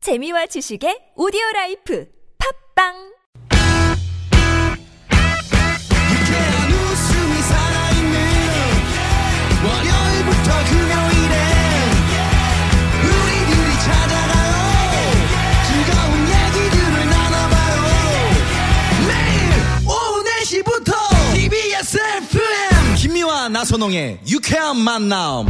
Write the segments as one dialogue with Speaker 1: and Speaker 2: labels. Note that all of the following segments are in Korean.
Speaker 1: 재미와 지식의 오디오 라이프 팝빵
Speaker 2: 유쾌한 웃음이 살아있는 월요일부터 금요일에 우리들이 찾아가요 즐거운 얘기들을 나눠봐요 매일 오후 4시부터 TBS FM 김미와 나선홍의 유쾌한 만남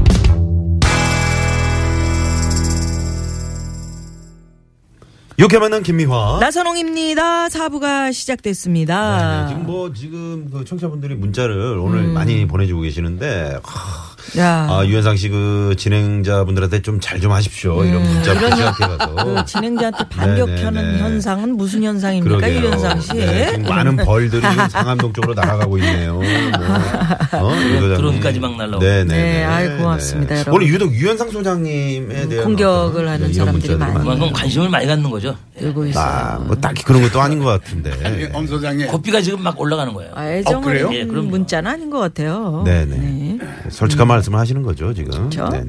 Speaker 3: 이렇게 만난 김미화.
Speaker 4: 어? 나선홍입니다. 사부가 시작됐습니다.
Speaker 3: 네, 지금 뭐 지금 그 청취자분들이 문자를 오늘
Speaker 4: 음.
Speaker 3: 많이 보내주고 계시는데 하,
Speaker 4: 야,
Speaker 3: 아 유현상 씨 그 진행자분들한테 좀 잘 좀 하시십시오 이런 문자
Speaker 4: 그
Speaker 3: 부탁해가도
Speaker 4: 진행자한테 반격하는
Speaker 3: 네, 네, 네.
Speaker 4: 현상은 무슨 현상입니까?
Speaker 3: 그러게요.
Speaker 4: 유현상 씨. 음.
Speaker 3: 네, 지금 많은 벌들이 지금 상암동 쪽으로 날아가고 있네요. 뭐, 어? 유 소장님.
Speaker 5: 드론까지 막 날라오고.
Speaker 3: 네네.
Speaker 4: 네, 아이, 고맙습니다, 여러분.
Speaker 3: 오늘 유독 유현상 소장님에 대한
Speaker 4: 공격을
Speaker 3: 어떤,
Speaker 4: 하는
Speaker 3: 이런
Speaker 4: 사람들이
Speaker 3: 문자들이
Speaker 4: 많아요.
Speaker 3: 많네요.
Speaker 5: 그만큼 관심을 많이 갖는 거죠.
Speaker 4: 들고 있어요.
Speaker 3: 아, 뭐 딱히 그런 것도 아닌 것 같은데.
Speaker 6: 예, 엄 소장님.
Speaker 5: 고삐가 지금 막 올라가는 거예요.
Speaker 4: 아, 애정을
Speaker 6: 그래요?
Speaker 4: 는
Speaker 5: 예, 그럼요.
Speaker 4: 문자는 아닌 것 같아요.
Speaker 3: 어, 네네. 솔직한 말씀을 하시는 거죠, 지금.
Speaker 4: 어, 음. 그렇죠? 네.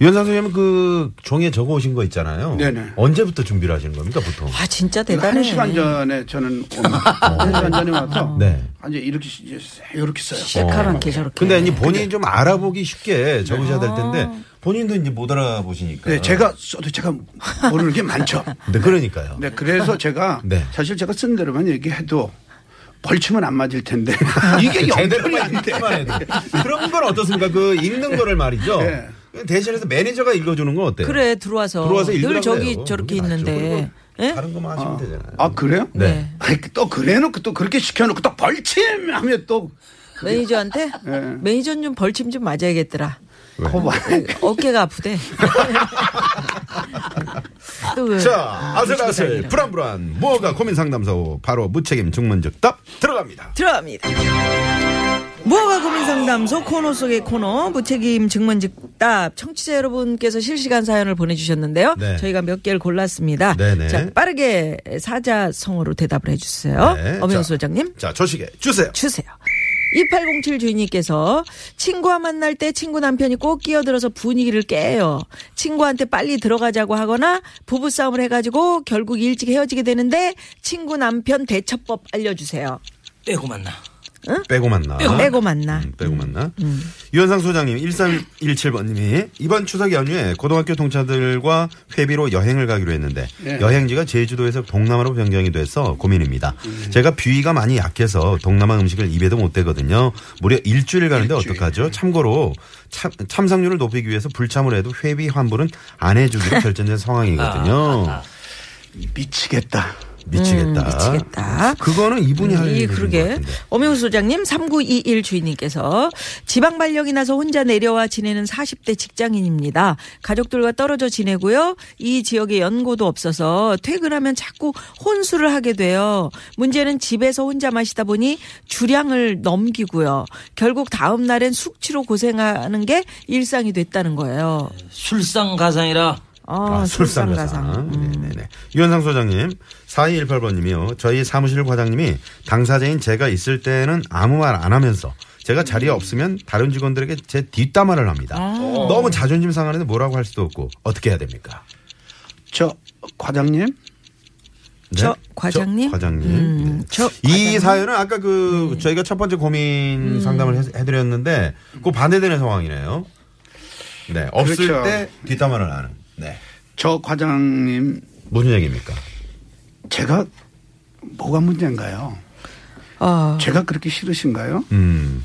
Speaker 3: 유현상 선생님 그 종이에 적어 오신 거 있잖아요.
Speaker 6: 네네.
Speaker 3: 언제부터 준비를 하시는 겁니까, 보통?
Speaker 4: 아, 진짜 대단해.
Speaker 6: 그러니까 한 시간 전에 저는 옵니다. 한 시간 전에 와서
Speaker 3: 어. 네.
Speaker 6: 이제 이렇게 시- 이렇게 써요.
Speaker 4: 시카랑게 저렇게.
Speaker 3: 어.
Speaker 4: 아.
Speaker 3: 근데 이제 본인이 좀 알아보기 쉽게 적으셔야 될 텐데 본인도 이제 못 알아보시니까.
Speaker 6: 네, 제가 써도 제가 모르는 게 많죠.
Speaker 3: 네, 그러니까요.
Speaker 6: 네, 그래서 제가
Speaker 3: 네.
Speaker 6: 사실 제가 쓴 대로만 얘기해도 벌침은 안 맞을 텐데
Speaker 3: 그
Speaker 6: 이게 연결이 안 돼.
Speaker 3: 읽기만 해도. 그런 건 어떻습니까? 그 읽는 거를 말이죠.
Speaker 6: 네.
Speaker 3: 대신해서 매니저가 읽어주는 건 어때요?
Speaker 4: 그래, 들어와서.
Speaker 3: 들어와서 읽으라고
Speaker 4: 늘 저기
Speaker 3: 그래요.
Speaker 4: 저렇게
Speaker 3: 그게 낫죠.
Speaker 4: 있는데.
Speaker 3: 그리고
Speaker 4: 예?
Speaker 3: 다른 것만 하시면 되잖아요.
Speaker 6: 아 그래요?
Speaker 3: 네.
Speaker 6: 아이, 또 그래놓고 또 그렇게 시켜놓고 또 벌침 하면 또
Speaker 4: 매니저한테?
Speaker 3: 예.
Speaker 4: 매니저는 좀 벌침 좀 맞아야겠더라.
Speaker 6: 거봐.
Speaker 4: 어깨가 아프대. 또 왜?
Speaker 3: 자, 아슬아슬, 불안불안, 뭐가 고민 상담소, 바로 무책임 중문적 답 들어갑니다.
Speaker 4: 들어갑니다. 무허가 고민 상담소 코너 속의 코너 무책임 증문즉답 청취자 여러분께서 실시간 사연을 보내주셨는데요.
Speaker 3: 네.
Speaker 4: 저희가 몇 개를 골랐습니다.
Speaker 3: 네네.
Speaker 4: 자 빠르게 사자성어로 대답을 해주세요.
Speaker 3: 네. 자.
Speaker 4: 엄영 소장님
Speaker 3: 자, 조식에 주세요.
Speaker 4: 주세요. 2807 주인님께서 친구와 만날 때 친구 남편이 꼭 끼어들어서 분위기를 깨요. 친구한테 빨리 들어가자고 하거나 부부싸움을 해가지고 결국 일찍 헤어지게 되는데 친구 남편 대처법 알려주세요.
Speaker 5: 떼고 만나.
Speaker 3: 빼고 만나.
Speaker 4: 빼고 만나.
Speaker 3: 음, 빼고 만나. 유현상 소장님, 1317번님이 이번 추석 연휴에 고등학교 동창들과 회비로 여행을 가기로 했는데
Speaker 6: 네.
Speaker 3: 여행지가 제주도에서 동남아로 변경이 돼서 고민입니다.
Speaker 6: 음.
Speaker 3: 제가 비위가 많이 약해서 동남아 음식을 입에도 못 대거든요. 무려 일주일 가는데
Speaker 6: 일주일.
Speaker 3: 어떡하죠? 참고로 참, 참석률을 높이기 위해서 불참을 해도 회비 환불은 안
Speaker 6: 아.
Speaker 3: 해주기로 결정된 상황이거든요.
Speaker 6: 미치겠다.
Speaker 3: 미치겠다.
Speaker 4: 미치겠다. 음,
Speaker 3: 예, 그거는 이분이 할
Speaker 4: 이
Speaker 3: 일인 것
Speaker 4: 예, 그러게
Speaker 3: 같은데.
Speaker 4: 엄영수 소장님 3921 주인님께서 지방 발령이 나서 혼자 내려와 지내는 40대 직장인입니다. 가족들과 떨어져 지내고요. 이 지역에 연고도 없어서 퇴근하면 자꾸 혼술을 하게 돼요. 문제는 집에서 혼자 마시다 보니 주량을 넘기고요. 결국 다음 날엔 숙취로 고생하는 게 일상이 됐다는 거예요.
Speaker 5: 술상가상이라
Speaker 4: 아, 술상가상. 음.
Speaker 3: 네네네. 유현상 소장님, 4218번님이요. 저희 사무실 과장님이 당사자인 제가 있을 때는 아무 말 안 하면서 제가 자리에
Speaker 4: 음.
Speaker 3: 없으면 다른 직원들에게 제 뒷담화를 합니다.
Speaker 4: 아.
Speaker 3: 너무 자존심 상하는데 뭐라고 할 수도 없고 어떻게 해야 됩니까?
Speaker 6: 저 과장님
Speaker 3: 네?
Speaker 4: 저 과장님?
Speaker 3: 저 과장님.
Speaker 4: 음,
Speaker 3: 네.
Speaker 4: 저 네.
Speaker 3: 이 사연은 아까 그 저희가 첫 번째
Speaker 4: 음.
Speaker 3: 고민 상담을 해- 해드렸는데 그 반대되는 상황이네요. 네. 없을
Speaker 6: 그렇죠.
Speaker 3: 때 뒷담화를 하는. 네.
Speaker 6: 저 과장님
Speaker 3: 무슨 얘기입니까?
Speaker 6: 제가 뭐가 문제인가요?
Speaker 4: 아,
Speaker 6: 제가 그렇게 싫으신가요?
Speaker 3: 음.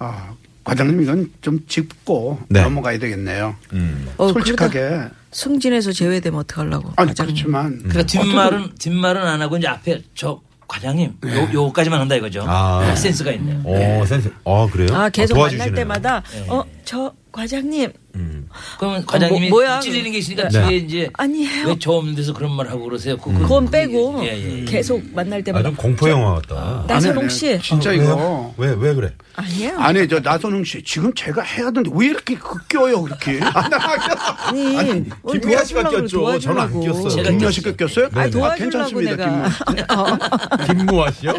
Speaker 6: 아, 과장님 이건 좀 짚고
Speaker 3: 네.
Speaker 6: 넘어가야 되겠네요.
Speaker 3: 음.
Speaker 4: 어, 그러다
Speaker 6: 솔직하게
Speaker 4: 승진해서 제외되면 어떡하려고.
Speaker 6: 아니
Speaker 4: 과장님.
Speaker 6: 그렇지만
Speaker 3: 음.
Speaker 5: 그러니까 뒷말은 뒷말은 안 하고 이제 앞에 저 과장님 요 요까지만 한다 이거죠.
Speaker 3: 아.
Speaker 5: 센스가 있네요.
Speaker 4: 음.
Speaker 3: 오, 센스. 아, 그래요?
Speaker 4: 아, 계속 만날
Speaker 3: 도와주시네요. 예.
Speaker 4: 때마다 어 저 과장님
Speaker 3: 음.
Speaker 5: 그러면 과장님이
Speaker 4: 뭐- 뭐야?
Speaker 5: 찔리는 게 있으니까
Speaker 3: 네.
Speaker 5: 뒤에 이제
Speaker 4: 아니에요. 음.
Speaker 5: 왜저 없는 데서 그런 말 하고 그러세요? 그,
Speaker 4: 그건 빼고
Speaker 5: 예, 예, 예.
Speaker 4: 계속 만날
Speaker 3: 아,
Speaker 4: 때마다
Speaker 3: 좀 공포 영화 같다.
Speaker 4: 나선홍 씨
Speaker 3: 아,
Speaker 6: 진짜 이거
Speaker 3: 왜, 왜 그래?
Speaker 4: 아니에요.
Speaker 6: 아니 저 나선홍 씨 지금 제가 해야 되는데 왜 이렇게 그 껴요 그렇게?
Speaker 4: 아니, 오늘
Speaker 3: 김미아 씨가
Speaker 4: 도와주려고
Speaker 3: 꼈죠.
Speaker 4: 그래,
Speaker 3: 저는 안
Speaker 4: 도와주려고.
Speaker 3: 꼈어요. 네,
Speaker 5: 제가
Speaker 6: 김여 씨가 꼈어요?
Speaker 4: 아니,
Speaker 6: 아,
Speaker 4: 도와주려고
Speaker 6: 괜찮습니다.
Speaker 4: 내가.
Speaker 6: 김여.
Speaker 3: 김무아 씨요?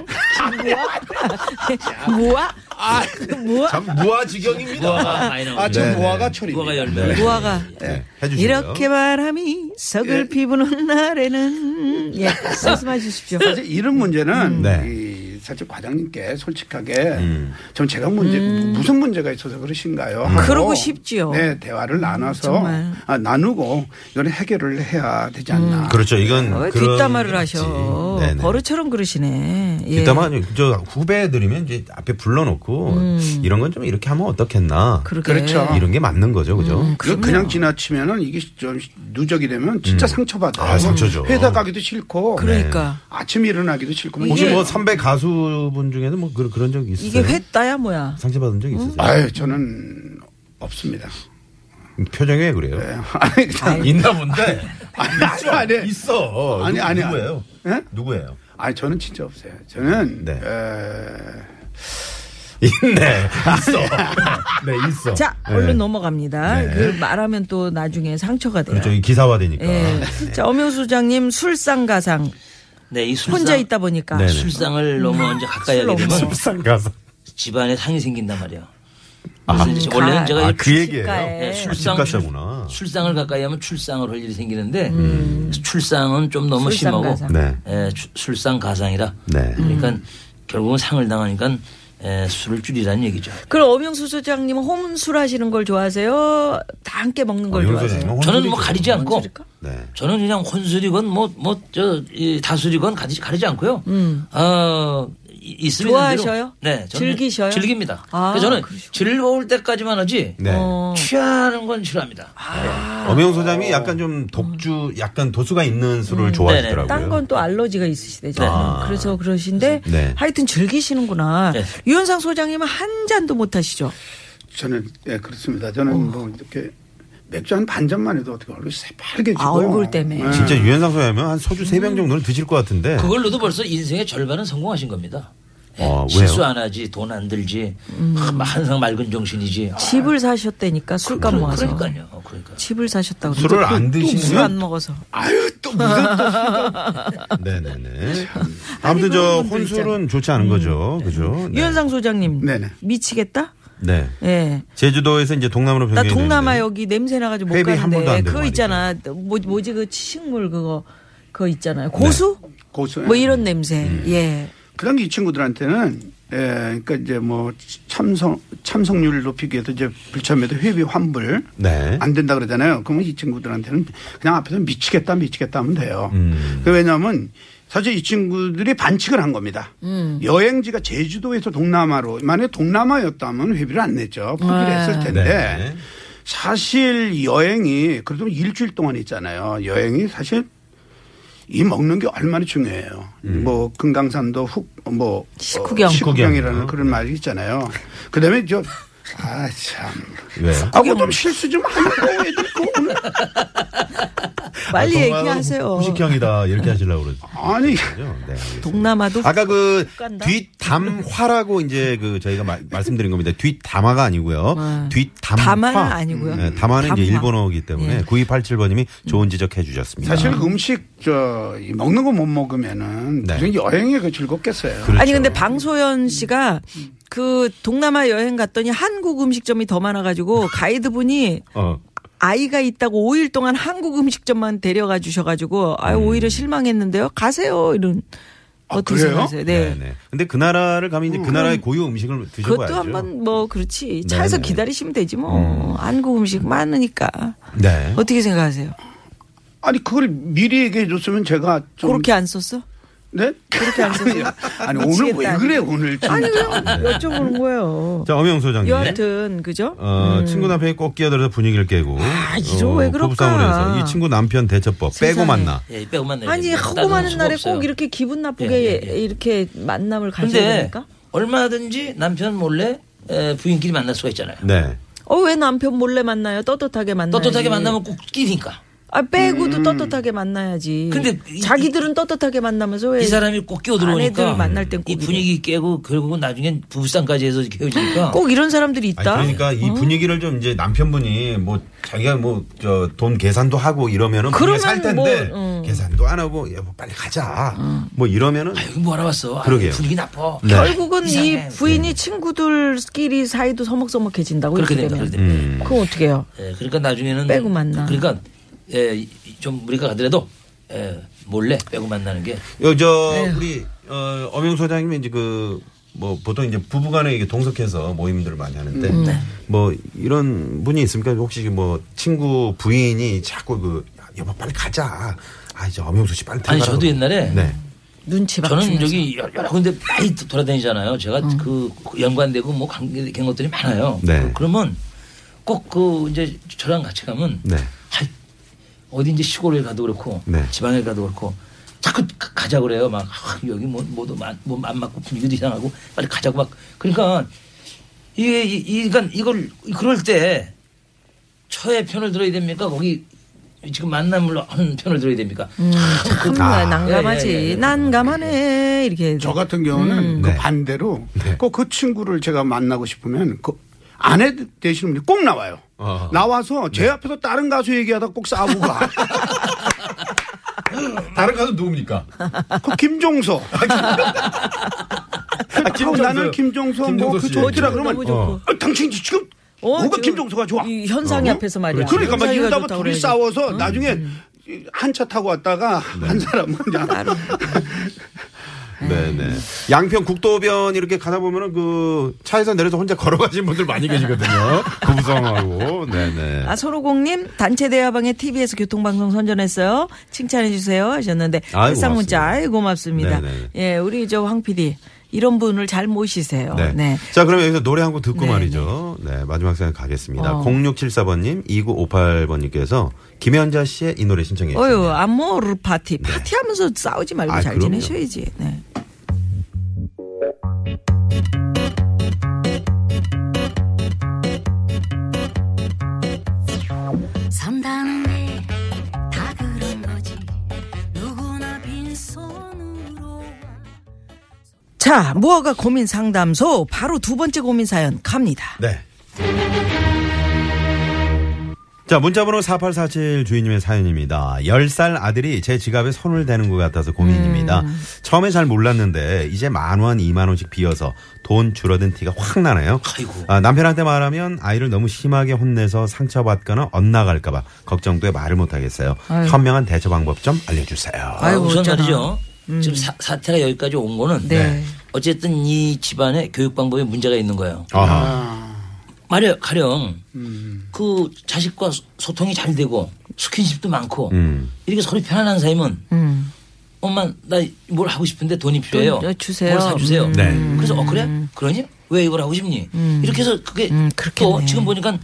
Speaker 4: 뭐야? 뭐야? 어,
Speaker 3: 참 무아지경입니다.
Speaker 5: 무화가 많이 나오죠.
Speaker 6: 아저 아,
Speaker 3: 네, 네.
Speaker 6: 무화과 철입니다.
Speaker 5: 무화과 열매.
Speaker 3: 네.
Speaker 4: 무화과.
Speaker 3: 네, 예. 해주시고요.
Speaker 4: 이렇게 바람이 석을 피부는 날에는 예 말씀해 주십시오.
Speaker 3: 예.
Speaker 6: 사실 이런 문제는
Speaker 3: 네.
Speaker 6: 이 사실 과장님께 솔직하게
Speaker 3: 음.
Speaker 6: 전 제가 문제 무슨 문제가 있어서 그러신가요? 하고
Speaker 4: 그러고 싶지요. 음,
Speaker 6: 네 대화를 나눠서
Speaker 4: 정말.
Speaker 6: 아, 나누고 이건 해결을 해야 되지 않나.
Speaker 3: 그렇죠. 이건
Speaker 4: 어,
Speaker 3: 그런
Speaker 4: 뒷담화를
Speaker 3: 일이 있지.
Speaker 4: 하셔.
Speaker 3: 네네.
Speaker 4: 버릇처럼 그러시네. 예.
Speaker 3: 뒷담화 아니, 저 후배들이면 이제 앞에 불러놓고 이런 건 좀 이렇게 하면 어떻겠나.
Speaker 4: 음. 그러게.
Speaker 6: 그렇죠.
Speaker 3: 이런 게 맞는 거죠, 그죠?
Speaker 4: 음,
Speaker 6: 이거 그냥 지나치면은 이게 좀 누적이 되면 진짜 상처받아요.
Speaker 3: 아, 상처죠. 네.
Speaker 6: 회사 가기도 싫고.
Speaker 4: 그러니까.
Speaker 6: 아침 에 일어나기도 싫고. 뭐
Speaker 3: 혹시
Speaker 6: 이게-
Speaker 3: 뭐 선배 가수분 중에는 뭐 그런 그런 적 있으세요?
Speaker 4: 이게 회따야 음. 뭐야.
Speaker 3: 상처 받은 적 있으세요?
Speaker 6: 아유, 저는 없습니다. 네.
Speaker 3: 표정이 왜 그래요?
Speaker 6: 아니, 참.
Speaker 3: 있나 본데.
Speaker 6: 아니, 아니, 아니.
Speaker 3: 있어.
Speaker 6: 아니, 아니, 아니.
Speaker 3: 누구예요?
Speaker 6: 예?
Speaker 3: 누구예요?
Speaker 6: 아니, 저는 진짜 없어요. 저는.
Speaker 3: 네.
Speaker 6: 에,
Speaker 3: 있네. 있어. 아, 예. 네, 있어.
Speaker 4: 자
Speaker 3: 네.
Speaker 4: 얼른 넘어갑니다.
Speaker 3: 네.
Speaker 4: 그 말하면 또 나중에 상처가 돼요.
Speaker 3: 그렇죠. 이 기사화되니까.
Speaker 4: 예. 자 엄영수 소장님 술상가상
Speaker 5: 네, 이 술상,
Speaker 4: 혼자 있다 보니까
Speaker 3: 네네.
Speaker 5: 술상을 너무 언제 가까이
Speaker 4: 술
Speaker 5: 하게 되면
Speaker 4: 너무
Speaker 3: 상가서.
Speaker 5: 집안에 상이 생긴단 말이에요. 그래서 이제 원래는 제가
Speaker 3: 아,
Speaker 5: 이
Speaker 3: 그 얘기예요.
Speaker 4: 술가에.
Speaker 5: 네,
Speaker 3: 집
Speaker 5: 술상
Speaker 3: 갔다구나.
Speaker 5: 출상을 가까이 하면 출상을 할 일이 생기는데 그래서 출상은 좀 너무
Speaker 4: 음. 술상가상.
Speaker 5: 심하고
Speaker 3: 네.
Speaker 5: 예, 출- 술상가상이라
Speaker 3: 네.
Speaker 5: 그러니까 결국은 상을 당하니까 예, 술을 줄이라는 얘기죠.
Speaker 4: 그럼 엄영수 소장님은 홈술 하시는 걸 좋아하세요? 다 함께 먹는 걸
Speaker 3: 이런
Speaker 4: 좋아하세요?
Speaker 3: 소리는
Speaker 5: 저는
Speaker 3: 혼술이죠.
Speaker 5: 뭐 가리지 않고
Speaker 4: 술일까?
Speaker 3: 네.
Speaker 5: 저는 그냥 혼술이건 뭐 뭐 저 다술이건 가리지 가리지 않고요. 어 이-
Speaker 4: 음.
Speaker 5: 있으면
Speaker 4: 좋아하셔요?
Speaker 5: 있는 대로. 네, 저는
Speaker 4: 즐기셔요?
Speaker 5: 즐깁니다.
Speaker 4: 아,
Speaker 5: 그러니까 저는
Speaker 4: 그러시구나. 어.
Speaker 5: 즐거울 때까지만 하지
Speaker 3: 네.
Speaker 5: 어.
Speaker 3: 아.
Speaker 5: 취하는 건 싫어합니다.
Speaker 3: 엄영 소장이 약간 좀 독주, 약간 도수가 있는 술을 좋아하시더라고요.
Speaker 4: 딴 건 또 알러지가 있으시대잖아요. 그래서 그러신데
Speaker 3: 네.
Speaker 4: 하여튼 즐기시는구나.
Speaker 5: 네.
Speaker 4: 유현상 소장님은 한 잔도 못 하시죠?
Speaker 6: 저는, 예, 그렇습니다. 저는 뭐 이렇게 맥주 한 반잔만 해도 어떻게 얼굴이 새빨개지고.
Speaker 4: 아, 얼굴 때문에.
Speaker 6: 예.
Speaker 3: 진짜 유현상 소장이면 한 소주 세 병 정도는 드실 것 같은데.
Speaker 5: 그걸로도 벌써 인생의 절반은 성공하신 겁니다. 예,
Speaker 3: 어, 왜요?
Speaker 5: 실수 안 하지, 돈 안 들지,
Speaker 4: 음.
Speaker 5: 하, 항상 맑은 정신이지. 아,
Speaker 4: 집을 사셨다니까 술값
Speaker 5: 그러-
Speaker 4: 모아서.
Speaker 5: 그러니까요. 그러니까.
Speaker 4: 집을 사셨다고.
Speaker 3: 술을 안
Speaker 4: 술안
Speaker 3: 드시면
Speaker 4: 먹어서.
Speaker 6: 아유, 그 또 무슨 또.
Speaker 3: 네네네. 아무튼 저
Speaker 4: 그런 분도
Speaker 3: 혼술은 좋지 않은 거죠. 그죠? 네.
Speaker 4: 유현상 소장님
Speaker 6: 네네.
Speaker 4: 미치겠다?
Speaker 3: 네.
Speaker 4: 예.
Speaker 3: 제주도에서 이제 동남으로
Speaker 4: 나
Speaker 3: 변경이
Speaker 4: 동남아
Speaker 3: 됐는데.
Speaker 4: 여기 냄새 나가지고 못
Speaker 3: 회비 네, 한 번도 안
Speaker 4: 가는데
Speaker 3: 되고
Speaker 4: 그거
Speaker 3: 말이죠.
Speaker 4: 있잖아. 뭐, 뭐지 그 식물 그거 그거 있잖아요. 고수?
Speaker 3: 네.
Speaker 6: 고수.
Speaker 4: 뭐 이런 냄새.
Speaker 3: 음.
Speaker 4: 예.
Speaker 6: 그런 게 이 친구들한테는 예, 그러니까 이제 뭐 참석 참석률을 높이기 위해서 이제 불참에도 회비 환불
Speaker 3: 네.
Speaker 6: 안 된다 그러잖아요. 그러면 이 친구들한테는 그냥 앞에서 미치겠다 미치겠다 하면 돼요.
Speaker 3: 음.
Speaker 6: 그 왜냐하면 사실 이 친구들이 반칙을 한 겁니다.
Speaker 4: 음.
Speaker 6: 여행지가 제주도에서 동남아로 만약 동남아였다면 회비를 안 냈죠. 포기를
Speaker 4: 네.
Speaker 6: 했을 텐데
Speaker 3: 네.
Speaker 6: 사실 여행이 그래도 일주일 동안 있잖아요. 여행이 사실 이 먹는 게 얼마나 중요해요. 뭐 금강산도 훅뭐 어,
Speaker 4: 식후경.
Speaker 6: 식후경이라는 그런 말이 있잖아요. 그다음에 저아 참.
Speaker 3: 왜요?
Speaker 6: 아고 좀 실수 좀 하고 애들 그 거 오늘
Speaker 4: 빨리
Speaker 3: 아, 동남아는
Speaker 4: 얘기하세요. 네.
Speaker 3: 후식형이다. 이렇게 하시려고 그러죠.
Speaker 6: 아니
Speaker 3: 네. 알겠습니다.
Speaker 4: 동남아도
Speaker 3: 아까 그
Speaker 4: 간다?
Speaker 3: 뒷담화라고 이제 그 저희가 말, 말씀드린 겁니다. 뒷담화가 아니고요.
Speaker 4: 네.
Speaker 3: 뒷담화.
Speaker 4: 담화는 아니고요.
Speaker 3: 네, 담화는
Speaker 4: 담화. 예. 음.
Speaker 3: 이제 일본어기 때문에 9287번님이 좋은 지적해 주셨습니다.
Speaker 6: 사실 그 음식 저이 먹는 거 못 먹으면은
Speaker 3: 네.
Speaker 6: 무슨 여행이 그 즐겁겠어요.
Speaker 3: 그렇죠.
Speaker 4: 아니 근데 방소연 씨가 그 동남아 여행 갔더니 한국 음식점이 더 많아가지고 가이드분이
Speaker 3: 어.
Speaker 4: 아이가 있다고 5일 동안 한국 음식점만 데려가 주셔가지고 아유
Speaker 3: 음.
Speaker 4: 오히려 실망했는데요. 가세요 이런
Speaker 6: 아,
Speaker 4: 어떻게
Speaker 6: 그래요?
Speaker 4: 생각하세요?
Speaker 3: 네.
Speaker 4: 네. 음.
Speaker 3: 네. 근데 그 나라를 가면 이제 그 나라의 고유 음식을 드셔봐야죠.
Speaker 4: 그것도 한번 뭐 그렇지 차에서
Speaker 3: 네네.
Speaker 4: 기다리시면 되지 뭐 한국 음식 많으니까
Speaker 3: 네.
Speaker 4: 어떻게 생각하세요?
Speaker 6: 아니 그걸 미리 얘기해 줬으면 제가 좀
Speaker 4: 그렇게 안 썼어?
Speaker 6: 네? 그렇게 안 쓰세요. 아니 오늘 왜
Speaker 4: 미치겠다.
Speaker 6: 그래 오늘 좀
Speaker 4: 아니
Speaker 5: 네.
Speaker 4: 그냥 여쭤보는 거예요.
Speaker 3: 자, 엄영 소장님.
Speaker 4: 여하튼 그죠?
Speaker 3: 어, 친구 남편이 꼭 끼어들어서 분위기를 깨고. 아,
Speaker 4: 음. 이거 왜 그럴까?
Speaker 3: 부부싸움을 해서 이 친구 남편 대처법 빼고
Speaker 4: 세상에.
Speaker 3: 만나.
Speaker 5: 예, 이 빼고만 내리면
Speaker 4: 아니 하고
Speaker 5: 따로
Speaker 4: 많은
Speaker 5: 수가
Speaker 4: 날에
Speaker 5: 없어요.
Speaker 4: 꼭 이렇게 기분 나쁘게
Speaker 5: 예, 예, 예.
Speaker 4: 이렇게 만남을 가져야
Speaker 5: 근데
Speaker 4: 됩니까?
Speaker 5: 얼마든지 남편 몰래 에, 부인끼리 만날 수가 있잖아요.
Speaker 3: 네.
Speaker 4: 어 왜 남편 몰래 만나요? 떳떳하게 만나.
Speaker 5: 떳떳하게 만나면 꼭 끼니까.
Speaker 4: 아, 빼고도 떳떳하게 만나야지.
Speaker 5: 음. 근데 이-
Speaker 4: 자기들은 떳떳하게 만나면서 왜
Speaker 5: 이 사람이 꼭 끼어 들어오니까
Speaker 4: 네. 아내들 만날 땐꼭
Speaker 5: 이 분위기 깨고 결국은 나중엔 부부싸움까지 해서 이렇게 헤어지니까
Speaker 4: 꼭 이런 사람들이 있다. 어?
Speaker 3: 아니, 그러니까 이 분위기를 좀 이제 남편분이 뭐 자기가 뭐 저 돈 계산도 하고 이러면은 분위기
Speaker 4: 그러면
Speaker 3: 살 텐데
Speaker 4: 뭐, 음.
Speaker 3: 계산도 안 하고 여보 빨리 가자 뭐 이러면은
Speaker 5: 아유 뭐 알아봤어. 아유,
Speaker 3: 그러게요.
Speaker 5: 분위기 나빠.
Speaker 3: 네.
Speaker 4: 결국은
Speaker 5: 이상해. 네.
Speaker 4: 이 부인이 친구들끼리 사이도 서먹서먹해진다고
Speaker 5: 그렇게
Speaker 4: 이렇게
Speaker 5: 됩니다.
Speaker 4: 되면
Speaker 5: 그렇게 됩니다.
Speaker 4: 그럼 어떻게 해요?
Speaker 5: 예, 그러니까 나중에는
Speaker 4: 빼고 만나.
Speaker 5: 그러니까 예, 이- 좀 우리가 가더라도 예, 몰래 빼고 만나는 게
Speaker 3: 요저 우리 어, 엄영 소장님이 이제 그 뭐 보통 이제 부부간에 이게 동석해서 모임들을 많이 하는데
Speaker 5: 음, 네.
Speaker 3: 뭐 이런 분이 있습니까? 혹시 뭐 친구 부인이 자꾸 그 야, 여보 빨리 가자. 아 이제 엄영수 씨 빨리
Speaker 5: 아니,
Speaker 3: 들어가라고.
Speaker 5: 저도 옛날에
Speaker 3: 네.
Speaker 4: 눈치 봐.
Speaker 5: 저는 저기 여러 여러 군데 많이 돌아다니잖아요. 제가 그 연관되고 뭐 관계된 것들이 많아요.
Speaker 3: 네.
Speaker 5: 그러면 꼭 그 이제 저랑 같이 가면
Speaker 3: 네.
Speaker 5: 하이, 어디 이제 시골에 가도 그렇고
Speaker 3: 네.
Speaker 5: 지방에 가도 그렇고 자꾸 가- 가자 그래요. 막 아, 여기 뭐 뭐도 안- 뭐안 맞고 분위기도 이상하고 빨리 가자고 막 그러니까 이게 이- 이 그러니까 이걸 그럴 때 처의 편을 들어야 됩니까? 거기 지금 만남을 하는 편을 들어야 됩니까? 참 그-
Speaker 4: 참
Speaker 3: 아.
Speaker 4: 난감하지.
Speaker 5: 예, 예, 예, 예.
Speaker 4: 난감하네. 이렇게.
Speaker 6: 저 같은 경우는 그
Speaker 3: 네.
Speaker 6: 반대로
Speaker 3: 네.
Speaker 6: 꼭 그 친구를 제가 만나고 싶으면 그 아내 되시는 분이 꼭 나와요.
Speaker 3: 어.
Speaker 6: 나와서 제 앞에서 다른 가수 얘기하다 꼭 싸우고 가.
Speaker 3: 다른 가수 누굽니까?
Speaker 6: 그 김종서. 아,
Speaker 3: 김종서요.
Speaker 6: 나는 김종서
Speaker 3: 김종서
Speaker 6: 뭐그
Speaker 3: 씨.
Speaker 6: 좋더라
Speaker 4: 너무
Speaker 6: 그러면
Speaker 4: 좋고.
Speaker 6: 어, 당신 지금
Speaker 4: 어,
Speaker 6: 뭐가
Speaker 4: 지금
Speaker 6: 김종서가 좋아.
Speaker 4: 이 현상이
Speaker 3: 어?
Speaker 4: 앞에서 말이야.
Speaker 6: 그러니까 막
Speaker 4: 현상이가
Speaker 6: 이러다가
Speaker 4: 좋다고
Speaker 6: 둘이
Speaker 4: 그래야지. 어. 음.
Speaker 6: 싸워서 나중에 한 차 타고 왔다가
Speaker 4: 네.
Speaker 6: 한 사람은 그냥
Speaker 3: 네네. 양평 국도변 이렇게 가다 보면은 그 차에서 내려서 혼자 걸어가신 분들 많이 계시거든요. 그 부부성하고. 네네.
Speaker 4: 아, 서로공님, 단체 대화방에 TBS 교통방송 선전했어요. 칭찬해주세요. 하셨는데.
Speaker 3: 아유,
Speaker 4: 일상 문자,
Speaker 3: 고맙습니다.
Speaker 4: 아이, 고맙습니다.
Speaker 3: 네네.
Speaker 4: 예, 우리 저 황 PD, 이런 분을 잘 모시세요.
Speaker 3: 네.
Speaker 4: 네.
Speaker 3: 자, 그럼 여기서 노래 한 곡 듣고
Speaker 4: 네,
Speaker 3: 말이죠. 네, 마지막 사연 가겠습니다.
Speaker 4: 어.
Speaker 3: 0674번님, 2958번님께서 김현자 씨의 이 노래 신청해 주세요.
Speaker 4: 어유, 아모르 파티. 파티하면서 싸우지 말고
Speaker 3: 예, 아,
Speaker 4: 잘
Speaker 3: 그럼요.
Speaker 4: 지내셔야지. 네.
Speaker 7: 산다는 게 다 그런 거지 누구나 빈손으로 와
Speaker 4: 자, 무허가 고민 상담소 바로 두 번째 고민 사연 갑니다.
Speaker 3: 네. 자, 문자번호 4847 주인님의 사연입니다. 10살 아들이 제 지갑에 손을 대는 것 같아서 고민입니다. 처음에 잘 몰랐는데, 이제 만 원, 이만 원씩 비어서 돈 줄어든 티가 확 나네요.
Speaker 5: 아이고.
Speaker 3: 아, 남편한테 말하면 아이를 너무 심하게 혼내서 상처받거나 엇나갈까봐 걱정돼 말을 못하겠어요. 현명한 대처 방법 좀 알려주세요.
Speaker 5: 아,
Speaker 4: 아이고,
Speaker 5: 우선
Speaker 4: 어쩌나. 음.
Speaker 5: 말이죠. 지금 사, 사태가 여기까지 온 거는
Speaker 4: 네.
Speaker 5: 어쨌든 이 집안의 교육 방법에 문제가 있는 거예요.
Speaker 3: 아하.
Speaker 5: 말여 가령 그 자식과 소- 소통이 잘 되고 스킨십도 많고
Speaker 3: 음.
Speaker 5: 이렇게 서로 편안한 사이면 엄마 나 뭘 하고 싶은데 돈이 필요해요.
Speaker 4: 음. 돈, 어, 주세요.
Speaker 5: 뭘 사주세요.
Speaker 4: 음.
Speaker 3: 네.
Speaker 5: 그래서 어 그래? 그러니? 왜 이걸 하고 싶니? 이렇게 해서 그게
Speaker 4: 음,
Speaker 5: 또
Speaker 4: 그렇겠네.
Speaker 5: 지금 보니까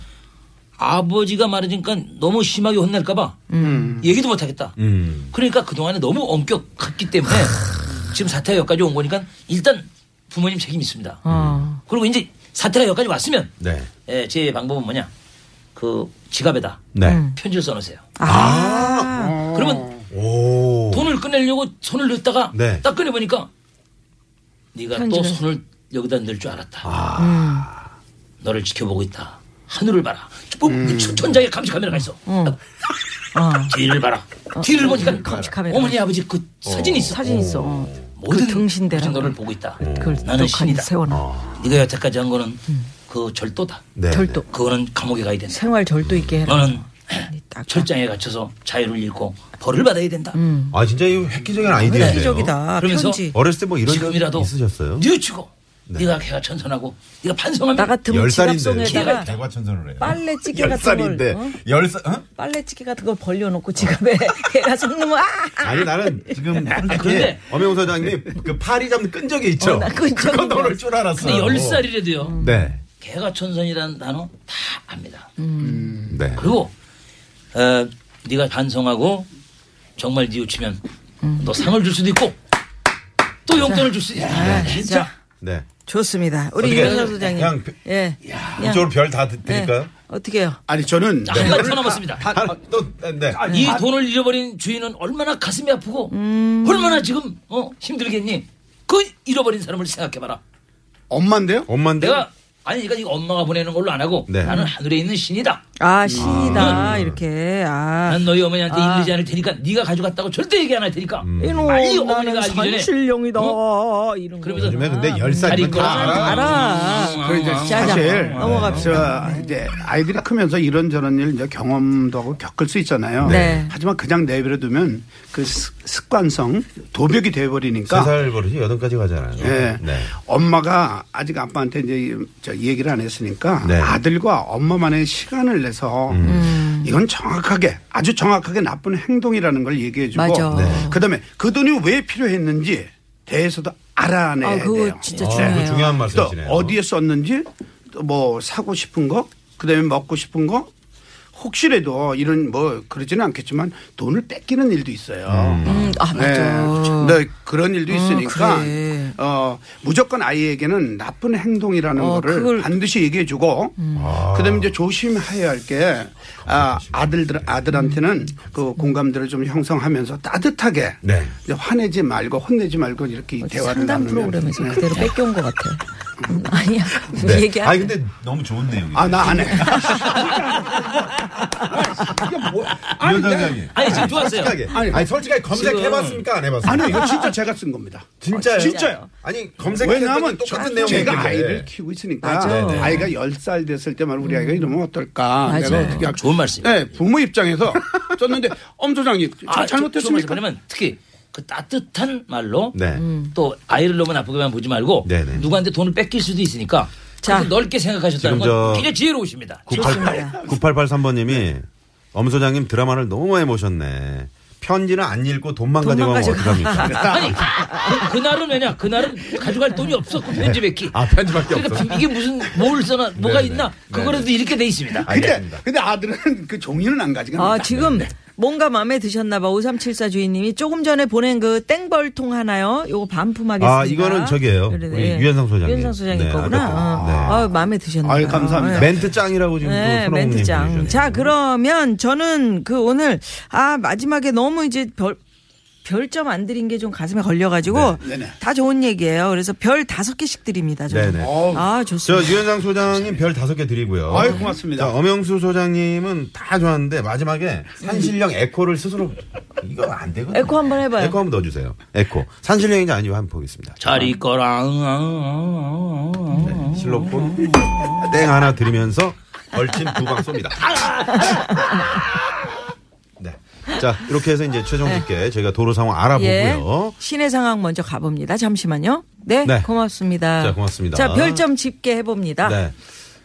Speaker 5: 아버지가 말해주니까 너무 심하게 혼낼까봐
Speaker 4: 음.
Speaker 5: 얘기도 못하겠다.
Speaker 3: 음.
Speaker 5: 그러니까 그동안에 너무 엄격했기 때문에 지금 사태가 여기까지 온 거니까 일단 부모님 책임이 있습니다.
Speaker 4: 어.
Speaker 5: 그리고 이제 사태가 여기까지 왔으면
Speaker 3: 네.
Speaker 5: 예, 제 방법은 뭐냐? 그 지갑에다
Speaker 3: 네.
Speaker 5: 편지를 써놓으세요.
Speaker 4: 아,
Speaker 5: 그러면
Speaker 3: 오.
Speaker 5: 돈을 꺼내려고 손을 넣다가
Speaker 3: 네.
Speaker 5: 딱 꺼내보니까 네가 또
Speaker 4: 편지를.
Speaker 5: 손을 여기다 넣을 줄 알았다. 음. 너를 지켜보고 있다. 하늘을 봐라. 뭐, 천- 천장에 감시 카메라가 있어. 뒤를 봐라. 뒤를 보니까
Speaker 4: 어. 감시 카메라.
Speaker 5: 어머니 아버지 그 사진이 있어.
Speaker 4: 사진 있어. 어.
Speaker 5: 모든
Speaker 4: 그 등신대라.
Speaker 5: 모든 너를 보고 있다.
Speaker 4: 그걸
Speaker 5: 어.
Speaker 4: 음.
Speaker 5: 나는
Speaker 4: 칸이
Speaker 5: 신이다. 어.
Speaker 4: 세워놔.
Speaker 5: 네가 여태까지 한 거는 그 절도다.
Speaker 3: 네.
Speaker 4: 절도.
Speaker 5: 그거는 감옥에 가야 된다.
Speaker 4: 생활 절도 있게 해라.
Speaker 5: 너는
Speaker 4: 딱.
Speaker 5: 철장에 갇혀서 자유를 잃고 벌을 받아야 된다.
Speaker 4: 음.
Speaker 3: 아, 진짜 이 획기적인 아이디어네요.
Speaker 4: 획기적이다.
Speaker 5: 그러면서
Speaker 4: 편지.
Speaker 3: 어렸을 때 뭐 이런 적
Speaker 5: 지금이라도
Speaker 3: 있으셨어요?
Speaker 5: 뉘우치고 네. 가 걔가 천선하고 네가 반성하면
Speaker 4: 나 같으면 지갑 속에다가
Speaker 3: 대과천선을 해요.
Speaker 4: 빨래 찌개
Speaker 3: 열
Speaker 4: 같은
Speaker 3: 살인데
Speaker 4: 걸 어?
Speaker 3: 열 살. 어?
Speaker 4: 빨래 찌개 같은 걸 벌려놓고 지갑에 걔가 손 넣으면 아!
Speaker 3: 아니 나는 지금 그렇게
Speaker 5: 그런데-
Speaker 3: 엄영 사장님 그 파리 잡는 끈적이 있죠.
Speaker 4: 어, 나끈 적이
Speaker 3: 그건 너를
Speaker 4: 있어요.
Speaker 3: 줄 알았어.
Speaker 5: 근데 열 살이라도요.
Speaker 4: 음.
Speaker 3: 네,
Speaker 5: 걔가 천선이라는 단어 다 압니다.
Speaker 4: 음.
Speaker 3: 네.
Speaker 5: 그리고 어, 네가 반성하고 정말
Speaker 4: 음.
Speaker 5: 뉘우치면 너 상을 줄 수도 있고 또 용돈을 줄 수도 있다.
Speaker 4: 아,
Speaker 5: 진짜
Speaker 4: 진짜.
Speaker 3: 네.
Speaker 4: 좋습니다. 우리
Speaker 3: 어떻게
Speaker 4: 유현석 소장님.
Speaker 3: 그냥 벼-
Speaker 4: 예. 그냥-
Speaker 3: 이쪽으로 별 다 드릴까요?
Speaker 4: 예. 어떻게요?
Speaker 6: 아니 저는
Speaker 3: 네.
Speaker 5: 한 가지 더 남았습니다.
Speaker 3: 한, 또, 네.
Speaker 5: 이 돈을 잃어버린 주인은 얼마나 가슴이 아프고 얼마나 지금 어, 힘들겠니? 그 잃어버린 사람을 생각해봐라.
Speaker 6: 엄마인데요.
Speaker 3: 엄마인데?
Speaker 5: 내가 아니 그러니까 이거 엄마가 보내는 걸로 안 하고
Speaker 3: 네.
Speaker 5: 나는 하늘에 있는 신이다.
Speaker 4: 아, 신이다. 이렇게. 아.
Speaker 5: 난 너희 어머니한테
Speaker 4: 아.
Speaker 5: 잃리지 않을 테니까 네가 가져갔다고 절대 얘기 안 할 테니까.
Speaker 3: 음.
Speaker 4: 이놈
Speaker 5: 빨리
Speaker 4: 나는
Speaker 5: 어머니가 알기 전에.
Speaker 4: 산신령이다.
Speaker 5: 어?
Speaker 4: 이런 거.
Speaker 5: 그러면서
Speaker 3: 요즘에 근데 열살이면다 알아.
Speaker 4: 알아.
Speaker 6: 그 이제
Speaker 4: 자, 자,
Speaker 6: 사실
Speaker 4: 어, 넘어갑시다.
Speaker 6: 저 이제 아이들이 크면서 이런저런 일 이제 경험도 하고 겪을 수 있잖아요.
Speaker 4: 네.
Speaker 6: 하지만 그냥 내버려 두면 그 습- 습관성 도벽이 돼 버리니까
Speaker 3: 세살 버릇이 여든까지 가잖아요.
Speaker 6: 예.
Speaker 3: 네.
Speaker 6: 엄마가 아직 아빠한테 이제 저 얘기를 안 했으니까
Speaker 3: 네. 음.
Speaker 6: 아들과 엄마만의 시간을 내서
Speaker 4: 음.
Speaker 6: 이건 정확하게 아주 정확하게 나쁜 행동이라는 걸 얘기해 주고
Speaker 4: 맞아. 네.
Speaker 6: 그다음에 그 돈이 왜 필요했는지 대해서도 알아내야
Speaker 4: 아, 그거
Speaker 6: 돼요.
Speaker 4: 진짜
Speaker 3: 어,
Speaker 4: 중요해요.
Speaker 3: 그거 중요한
Speaker 6: 또
Speaker 3: 말씀이시네요.
Speaker 6: 어디에 썼는지 또 뭐 사고 싶은 거 그다음에 먹고 싶은 거 혹시라도 이런 뭐 그러지는 않겠지만 돈을 뺏기는 일도 있어요.
Speaker 4: 음, 아, 맞아. 아,
Speaker 6: 네, 그런 일도 있으니까
Speaker 4: 그래.
Speaker 6: 어, 무조건 아이에게는 나쁜 행동이라는
Speaker 4: 어,
Speaker 6: 거를
Speaker 4: 그걸-
Speaker 6: 반드시 얘기해 주고
Speaker 3: 아.
Speaker 6: 그다음에 이제 조심해야 할 게 아, 아들들 아들한테는 그 공감대를 좀 형성하면서 따뜻하게
Speaker 3: 네.
Speaker 6: 이제 화내지 말고 혼내지 말고 이렇게 이 대화를
Speaker 4: 뭐 어, 상담
Speaker 6: 나누면
Speaker 4: 프로그램에서
Speaker 6: 네.
Speaker 4: 그대로 뺏겨온 것 같아. 음, 아니야.
Speaker 3: 네.
Speaker 4: 얘기 안
Speaker 3: 아니, 근데 너무 좋은 내용이에요.
Speaker 6: 아, 나 안 해. 뭐,
Speaker 3: 이 여자장이.
Speaker 5: 아니, 지금 좋았어요.
Speaker 3: 솔직하게. 아니, 아니, 솔직하게 검색해봤습니까? 안 해봤습니까?
Speaker 6: 아니, 이거 진짜 제가 쓴 겁니다.
Speaker 3: 진짜요?
Speaker 6: 진짜요.
Speaker 3: 아니, 검색해봤더니
Speaker 6: 왜냐하면
Speaker 3: 똑같은
Speaker 6: 저-
Speaker 3: 내용이
Speaker 6: 제가
Speaker 3: 있길래.
Speaker 6: 아이를 키우고 있으니까
Speaker 4: 맞아요. 네, 네.
Speaker 6: 아이가 10살 됐을 때만 우리 아이가 이러면 어떨까
Speaker 4: 맞아요.
Speaker 6: 내가 어떻게 할까
Speaker 5: 좋은 말씀이에요.
Speaker 6: 네, 부모 입장에서 썼는데 엄 소장님 저
Speaker 5: 아,
Speaker 6: 잘못했습니까?
Speaker 5: 왜냐면 특히 그 따뜻한 말로
Speaker 3: 네.
Speaker 5: 또 아이를 너무 나쁘게만 보지 말고
Speaker 3: 네네.
Speaker 5: 누구한테 돈을 뺏길 수도 있으니까
Speaker 4: 자.
Speaker 5: 자, 넓게 생각하셨다는
Speaker 3: 지금 저-
Speaker 5: 건 굉장히 지혜로우십니다.
Speaker 3: 98, 9883번님이 엄 소장님 드라마를 너무 많이 보셨네. 편지는 안 읽고 돈만,
Speaker 4: 돈만
Speaker 3: 가져가면
Speaker 4: 가져가.
Speaker 3: 어떡합니까?
Speaker 5: 아니 그- 그날은 왜냐 그날은 가져갈 돈이 없었고 편집했기
Speaker 3: 아, 편지밖에 없어서.
Speaker 5: 그러니까 이게 무슨 뭘 써나 뭐가
Speaker 3: 네네.
Speaker 5: 있나
Speaker 3: 네네. 아,
Speaker 5: 그거라도 이렇게 돼 있습니다
Speaker 6: 근데,
Speaker 3: 알겠습니다.
Speaker 6: 근데 아들은 그 종이는 안 가져갑니다.
Speaker 3: 네.
Speaker 4: 아, 지금 뭔가 마음에 드셨나 봐. 5374 주인님이 조금 전에 보낸 그 땡벌통 하나요? 요거 반품하겠습니다.
Speaker 3: 아, 이거는 저기예요.
Speaker 4: 그러네.
Speaker 3: 우리 유현상 소장님.
Speaker 4: 유현상 소장님
Speaker 3: 네,
Speaker 4: 거구나.
Speaker 3: 아까 그- 네.
Speaker 4: 아, 마음에 드셨나
Speaker 6: 아유,
Speaker 4: 봐요.
Speaker 6: 감사합니다.
Speaker 4: 예.
Speaker 3: 멘트 짱이라고 지금
Speaker 4: 네,
Speaker 3: 또 손흥민 님
Speaker 4: 멘트장.
Speaker 3: 보내주셨네요.
Speaker 4: 자, 그러면 저는 그 오늘 아 마지막에 너무 이제 별 별점 안 드린 게 좀 가슴에 걸려가지고
Speaker 6: 네. 네네.
Speaker 4: 다 좋은 얘기예요. 그래서 별 다섯 개씩 드립니다. 저는.
Speaker 3: 네네.
Speaker 6: 어우,
Speaker 4: 아
Speaker 3: 저
Speaker 4: 좋습니다.
Speaker 3: 유현상 소장님 별 다섯 개 드리고요.
Speaker 6: 아유, 고맙습니다.
Speaker 3: 자, 엄영수 소장님은 다 좋았는데 마지막에 산신령 에코를 스스로 이거 안 되거든요.
Speaker 4: 에코 한번 해봐요.
Speaker 3: 에코 한번 넣어주세요. 에코. 산신령인지 아닌지 한번 보겠습니다.
Speaker 5: 잘 있거라
Speaker 3: 네,
Speaker 4: 음,
Speaker 3: 실로폰 땡 하나 드리면서 벌침 두 방 쏩니다. 네. 자, 이렇게 해서 이제 최종 집계 저희가 도로 상황
Speaker 4: 네. 예.
Speaker 3: 알아보고요.
Speaker 4: 시내 상황 먼저 가봅니다. 잠시만요. 네,
Speaker 3: 네.
Speaker 4: 고맙습니다.
Speaker 3: 자, 고맙습니다.
Speaker 4: 자, 별점 집계 해봅니다.
Speaker 3: 네.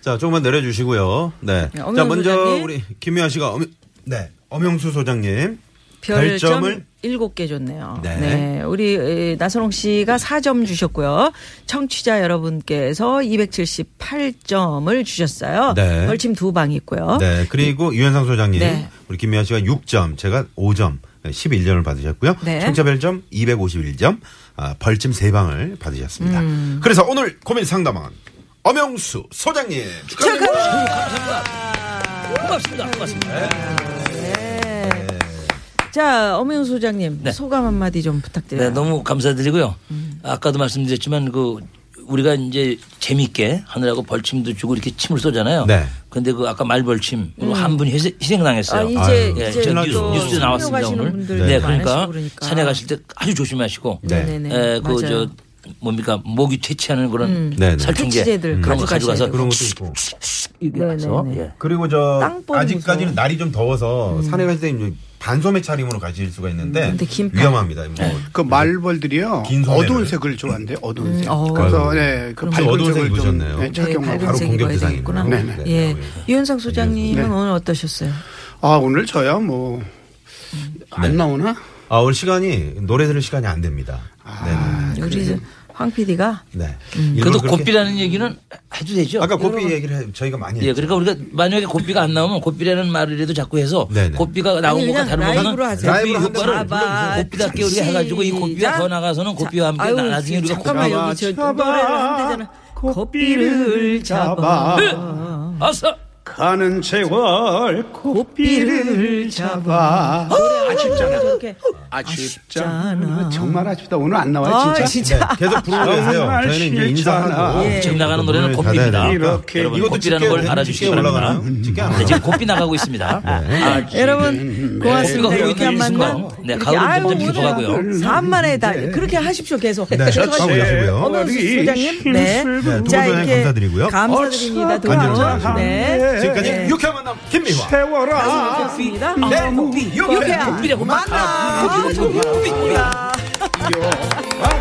Speaker 3: 자, 조금만 내려주시고요. 네.
Speaker 4: 아. 네, 엄영수
Speaker 3: 자, 먼저
Speaker 4: 소장님.
Speaker 3: 우리 김미아 씨가 엄, 네. 엄영수 소장님.
Speaker 4: 별점을
Speaker 3: 별점을
Speaker 4: 일곱 개 줬네요.
Speaker 3: 네.
Speaker 4: 네. 우리 에, 나선홍 씨가 4점 주셨고요. 청취자 여러분께서 278점을 주셨어요.
Speaker 3: 네.
Speaker 4: 벌침 두 방 있고요.
Speaker 3: 네. 그리고 유현상 소장님.
Speaker 4: 어? 네.
Speaker 3: 우리 김미아 씨가 6점, 제가 5점. 네, 11점을 받으셨고요.
Speaker 4: 네.
Speaker 3: 청차 별점 251점, 아, 벌침 3방을 받으셨습니다.
Speaker 4: 음.
Speaker 3: 그래서 오늘 고민 상담원 엄영수 소장님 축하드립니다.
Speaker 5: 네. 고맙습니다 고맙습니다
Speaker 4: 네. 자, 엄영 소장님
Speaker 5: 네.
Speaker 4: 소감 한마디 좀
Speaker 5: 네,
Speaker 4: 부탁드려요.
Speaker 5: 너무 감사드리고요.
Speaker 4: 음.
Speaker 5: 아까도 말씀드렸지만 그 우리가 이제 재밌게 하느라고 벌침도 주고 이렇게 침을 쏘잖아요.
Speaker 3: 네.
Speaker 5: 근데 그 아까 말벌침 한 분이 희생- 희생당했어요.
Speaker 4: 음. 아, 이제
Speaker 5: 예,
Speaker 4: 이제
Speaker 5: 저
Speaker 4: 또
Speaker 5: 뉴스, 뉴스도
Speaker 4: 산에
Speaker 5: 나왔습니다
Speaker 4: 가시는
Speaker 5: 오늘.
Speaker 4: 분들도
Speaker 5: 네,
Speaker 4: 많으시고
Speaker 5: 그러니까,
Speaker 4: 그러니까.
Speaker 5: 산에 가실 때 아주 조심하시고.
Speaker 3: 네.
Speaker 4: 네네.
Speaker 5: 예, 그
Speaker 4: 맞아요. 음.
Speaker 5: 저 뭡니까 모기 퇴치하는 그런
Speaker 3: 네네.
Speaker 5: 살충제
Speaker 4: 퇴치제들
Speaker 5: 그런 거
Speaker 4: 가져가셔야
Speaker 5: 가져가서
Speaker 3: 그런 것도 있고.
Speaker 5: 이렇게 해서
Speaker 4: 네네네.
Speaker 5: 예.
Speaker 3: 그리고 저
Speaker 4: 땅볼
Speaker 3: 아직까지는
Speaker 4: 무서워. 음.
Speaker 3: 날이 좀 더워서 산에 가실 때 이제 반소매 차림으로 가실 수가 있는데
Speaker 4: 근데 긴팔. 네.
Speaker 3: 위험합니다. 뭐
Speaker 6: 그 말벌들이요.
Speaker 3: 긴 소매를.
Speaker 6: 어두운 색을 좋아한대요. 어두운 색.
Speaker 4: 어.
Speaker 6: 그래서 네, 그
Speaker 3: 그럼
Speaker 6: 밝은
Speaker 3: 어두운
Speaker 6: 색을
Speaker 3: 색을
Speaker 6: 좀
Speaker 3: 보셨네요.
Speaker 6: 네,
Speaker 3: 네,
Speaker 6: 착용하고
Speaker 3: 밝은
Speaker 6: 바로
Speaker 3: 색.
Speaker 4: 밝은색 입어야
Speaker 3: 공격대상이구나.
Speaker 4: 되겠구나.
Speaker 6: 네네.
Speaker 4: 예.
Speaker 3: 네.
Speaker 4: 유현상 소장님은 오늘 어떠셨어요?
Speaker 6: 아, 오늘 저야 뭐. 안 나오나?
Speaker 4: 아.
Speaker 3: 아, 오늘 시간이 노래 들을 시간이 안 됩니다. 네.
Speaker 4: 우리 황 PD가
Speaker 3: 네.
Speaker 5: 그래도
Speaker 4: 음.
Speaker 3: 일부러 그렇게-
Speaker 5: 고삐라는 얘기는 해도 되죠.
Speaker 3: 아까 고삐
Speaker 5: 여러분.
Speaker 3: 얘기를 해- 저희가 많이
Speaker 5: 예,
Speaker 3: 했죠.
Speaker 5: 그러니까 우리가 만약에 고삐가 안 나오면 고삐라는 말이라도 자꾸 해서
Speaker 3: 네네.
Speaker 5: 고삐가 나온
Speaker 4: 아니,
Speaker 5: 것과
Speaker 4: 그냥
Speaker 5: 다른
Speaker 4: 라이브로
Speaker 5: 거는
Speaker 4: 하세요. 아,
Speaker 5: 고삐
Speaker 3: 라이브로
Speaker 5: 효과를
Speaker 3: 한번
Speaker 4: 봐봐.
Speaker 5: 고삐답게 우리가 해가지고 이 고삐가
Speaker 4: 시작.
Speaker 5: 더 나가서는 고삐와 함께
Speaker 4: 아유,
Speaker 5: 나- 나중에 우리가 고삐
Speaker 4: 잠깐만 여기 저
Speaker 6: 잡아,
Speaker 4: 노래를 한대잖아.
Speaker 6: 잡아,
Speaker 4: 고삐를 잡아.
Speaker 5: 아싸
Speaker 6: 가는 세월 고삐를 잡아.
Speaker 4: 아쉽잖아. 저렇게.
Speaker 6: 아쉽잖아. 정말 아쉽다. 오늘 안 나와
Speaker 4: 아
Speaker 6: 진짜.
Speaker 3: 네,
Speaker 4: 진짜.
Speaker 3: 계속 부르고 계세요.
Speaker 6: 정말
Speaker 3: 저희는 이제
Speaker 6: 싫잖아.
Speaker 3: 인사하고.
Speaker 4: 예.
Speaker 5: 지금 나가는
Speaker 3: 또
Speaker 5: 노래는
Speaker 3: 문을
Speaker 5: 고삐입니다.
Speaker 3: 닫아야 되니까.
Speaker 6: 이렇게.
Speaker 5: 여러분
Speaker 3: 이것도
Speaker 5: 고삐라는 걸
Speaker 3: 집게-
Speaker 5: 알아주시기
Speaker 3: 집게
Speaker 5: 바랍니다.
Speaker 3: 올라가나요? 집게 안
Speaker 5: 네, 지금
Speaker 3: 올라가요?
Speaker 5: 고삐 나가고 있습니다.
Speaker 3: 네.
Speaker 5: 아,
Speaker 3: 예.
Speaker 6: 음.
Speaker 4: 여러분 고맙습니다.
Speaker 5: 고삐가 흐르고
Speaker 4: 이렇게
Speaker 5: 있는
Speaker 4: 한
Speaker 5: 순간
Speaker 4: 만남.
Speaker 5: 네, 가을은 점점
Speaker 4: 오늘
Speaker 5: 깊어가고요.
Speaker 4: 산만에 다 그렇게 하십시오 계속.
Speaker 3: 네,
Speaker 4: 죄송합니다.
Speaker 3: 하고 여시고요.
Speaker 4: 오늘 소장님, 네.
Speaker 3: 네, 두 분의 감사드리고요. 어,
Speaker 4: 감사드립니다. 두
Speaker 3: 감사합니다.
Speaker 4: 분. 네.
Speaker 3: 지금까지
Speaker 4: 네.
Speaker 3: 유쾌한 만남 김미화.
Speaker 6: 세월아.
Speaker 4: 고맙습니다. 뭐,
Speaker 3: 네, 고삐.
Speaker 4: 유쾌한 만나. 고삐.
Speaker 6: 아,